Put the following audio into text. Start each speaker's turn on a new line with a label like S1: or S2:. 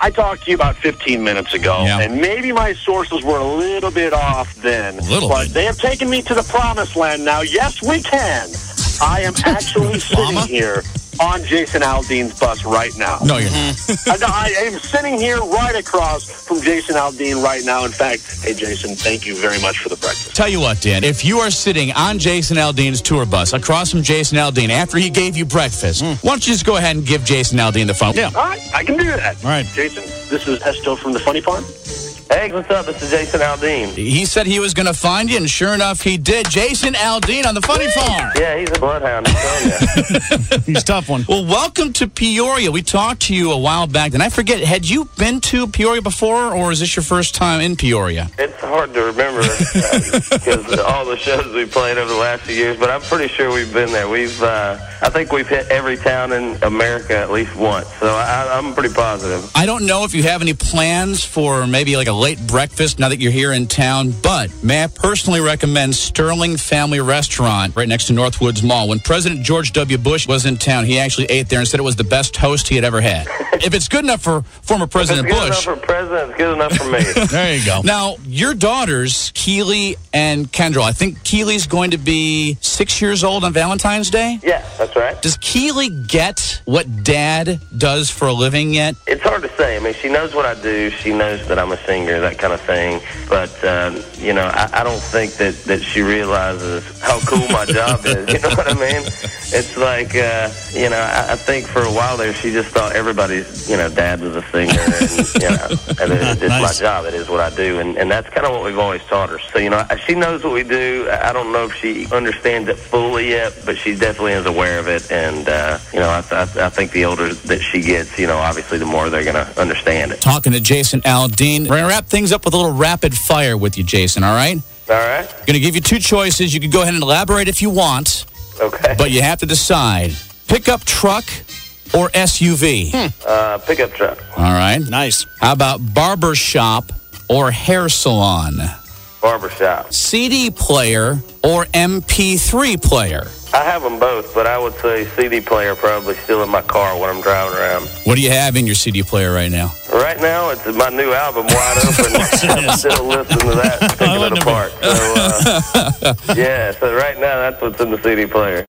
S1: I talked to you about 15 minutes ago,
S2: Yeah.
S1: and maybe my sources were a little bit off then.
S2: little
S1: but
S2: bit.
S1: they have taken me to the promised land now. Yes, we can. I am actually sitting
S2: Llama?
S1: here on Jason Aldean's bus right now.
S2: No, you're not.
S1: I, I am sitting here right across from Jason Aldean right now. In fact, hey, Jason, thank you very much for the breakfast.
S2: Tell you what, Dan, if you are sitting on Jason Aldean's tour bus across from Jason Aldean after he gave you breakfast, why don't you just go ahead and give Jason Aldean the phone?
S3: Yeah.
S1: All right, I can do that.
S3: All right.
S1: Jason, this is Esto from the Funny Farm.
S4: Hey, what's up? This is Jason Aldean.
S2: He said he was going to find you, and sure enough, he did. Jason Aldean on the Funny Farm.
S4: Yeah, he's a bloodhound. I'm telling ya.
S3: He's a tough one.
S2: Well, welcome to Peoria. We talked to you a while back, and I forget, had you been to Peoria before, or is this your first time in Peoria?
S4: It's hard to remember because all the shows we played over the last few years, but I'm pretty sure we've been there. We've, uh, I think we've hit every town in America at least once, so I, I'm pretty positive.
S2: I don't know if you have any plans for maybe like a late breakfast now that you're here in town, but may I personally recommend Sterling Family Restaurant right next to Northwoods Mall. When President George W. Bush was in town, he actually ate there and said it was the best toast he had ever had. if it's good enough for former
S4: It's
S2: President
S4: good
S2: Bush,
S4: enough for president. It's good enough for me.
S3: There you go.
S2: Now, your daughters, Keely and Kendra, I think Keely's going to be six years old on Valentine's Day.
S4: yeah, that's right.
S2: Does Keely get what dad does for a living yet?
S4: It's hard to say. I mean, she knows what I do. She knows that I'm a singer, that kind of thing. But uh, you know, I, I don't think that that she realizes how cool my job is. You know what I mean? It's like uh, you know, I, I think for a while there, she just thought everybody's you know dad was a singer, and you know, and it's just
S3: Nice.
S4: my job. It is what I do, and and that's kind of what we've always taught her. So you know, I- she knows what we do. I I don't know if she understands it fully yet, but she definitely is aware of it. And uh, you know, I, I, I think the older that she gets, you know, obviously the more they're going to understand it.
S2: Talking to Jason Aldean. We're going to wrap things up with a little rapid fire with you, Jason, all right?
S4: All right.
S2: Going to give you two choices. You can go ahead and elaborate if you want,
S4: Okay.
S2: but you have to decide pickup truck or SUV.
S4: Uh, pickup truck.
S2: All right.
S3: Nice.
S2: How about barber shop or hair salon?
S4: Barbershop.
S2: CD player or MP3 player?
S4: I have them both, but I would say CD player probably still in my car when I'm driving around.
S2: What do you have in your CD player right now?
S4: Right now, it's my new album wide open. I'm still listening to that,
S3: I
S4: taking it
S3: wouldn't have
S4: apart. So, uh, yeah, so right now, that's what's in the CD player.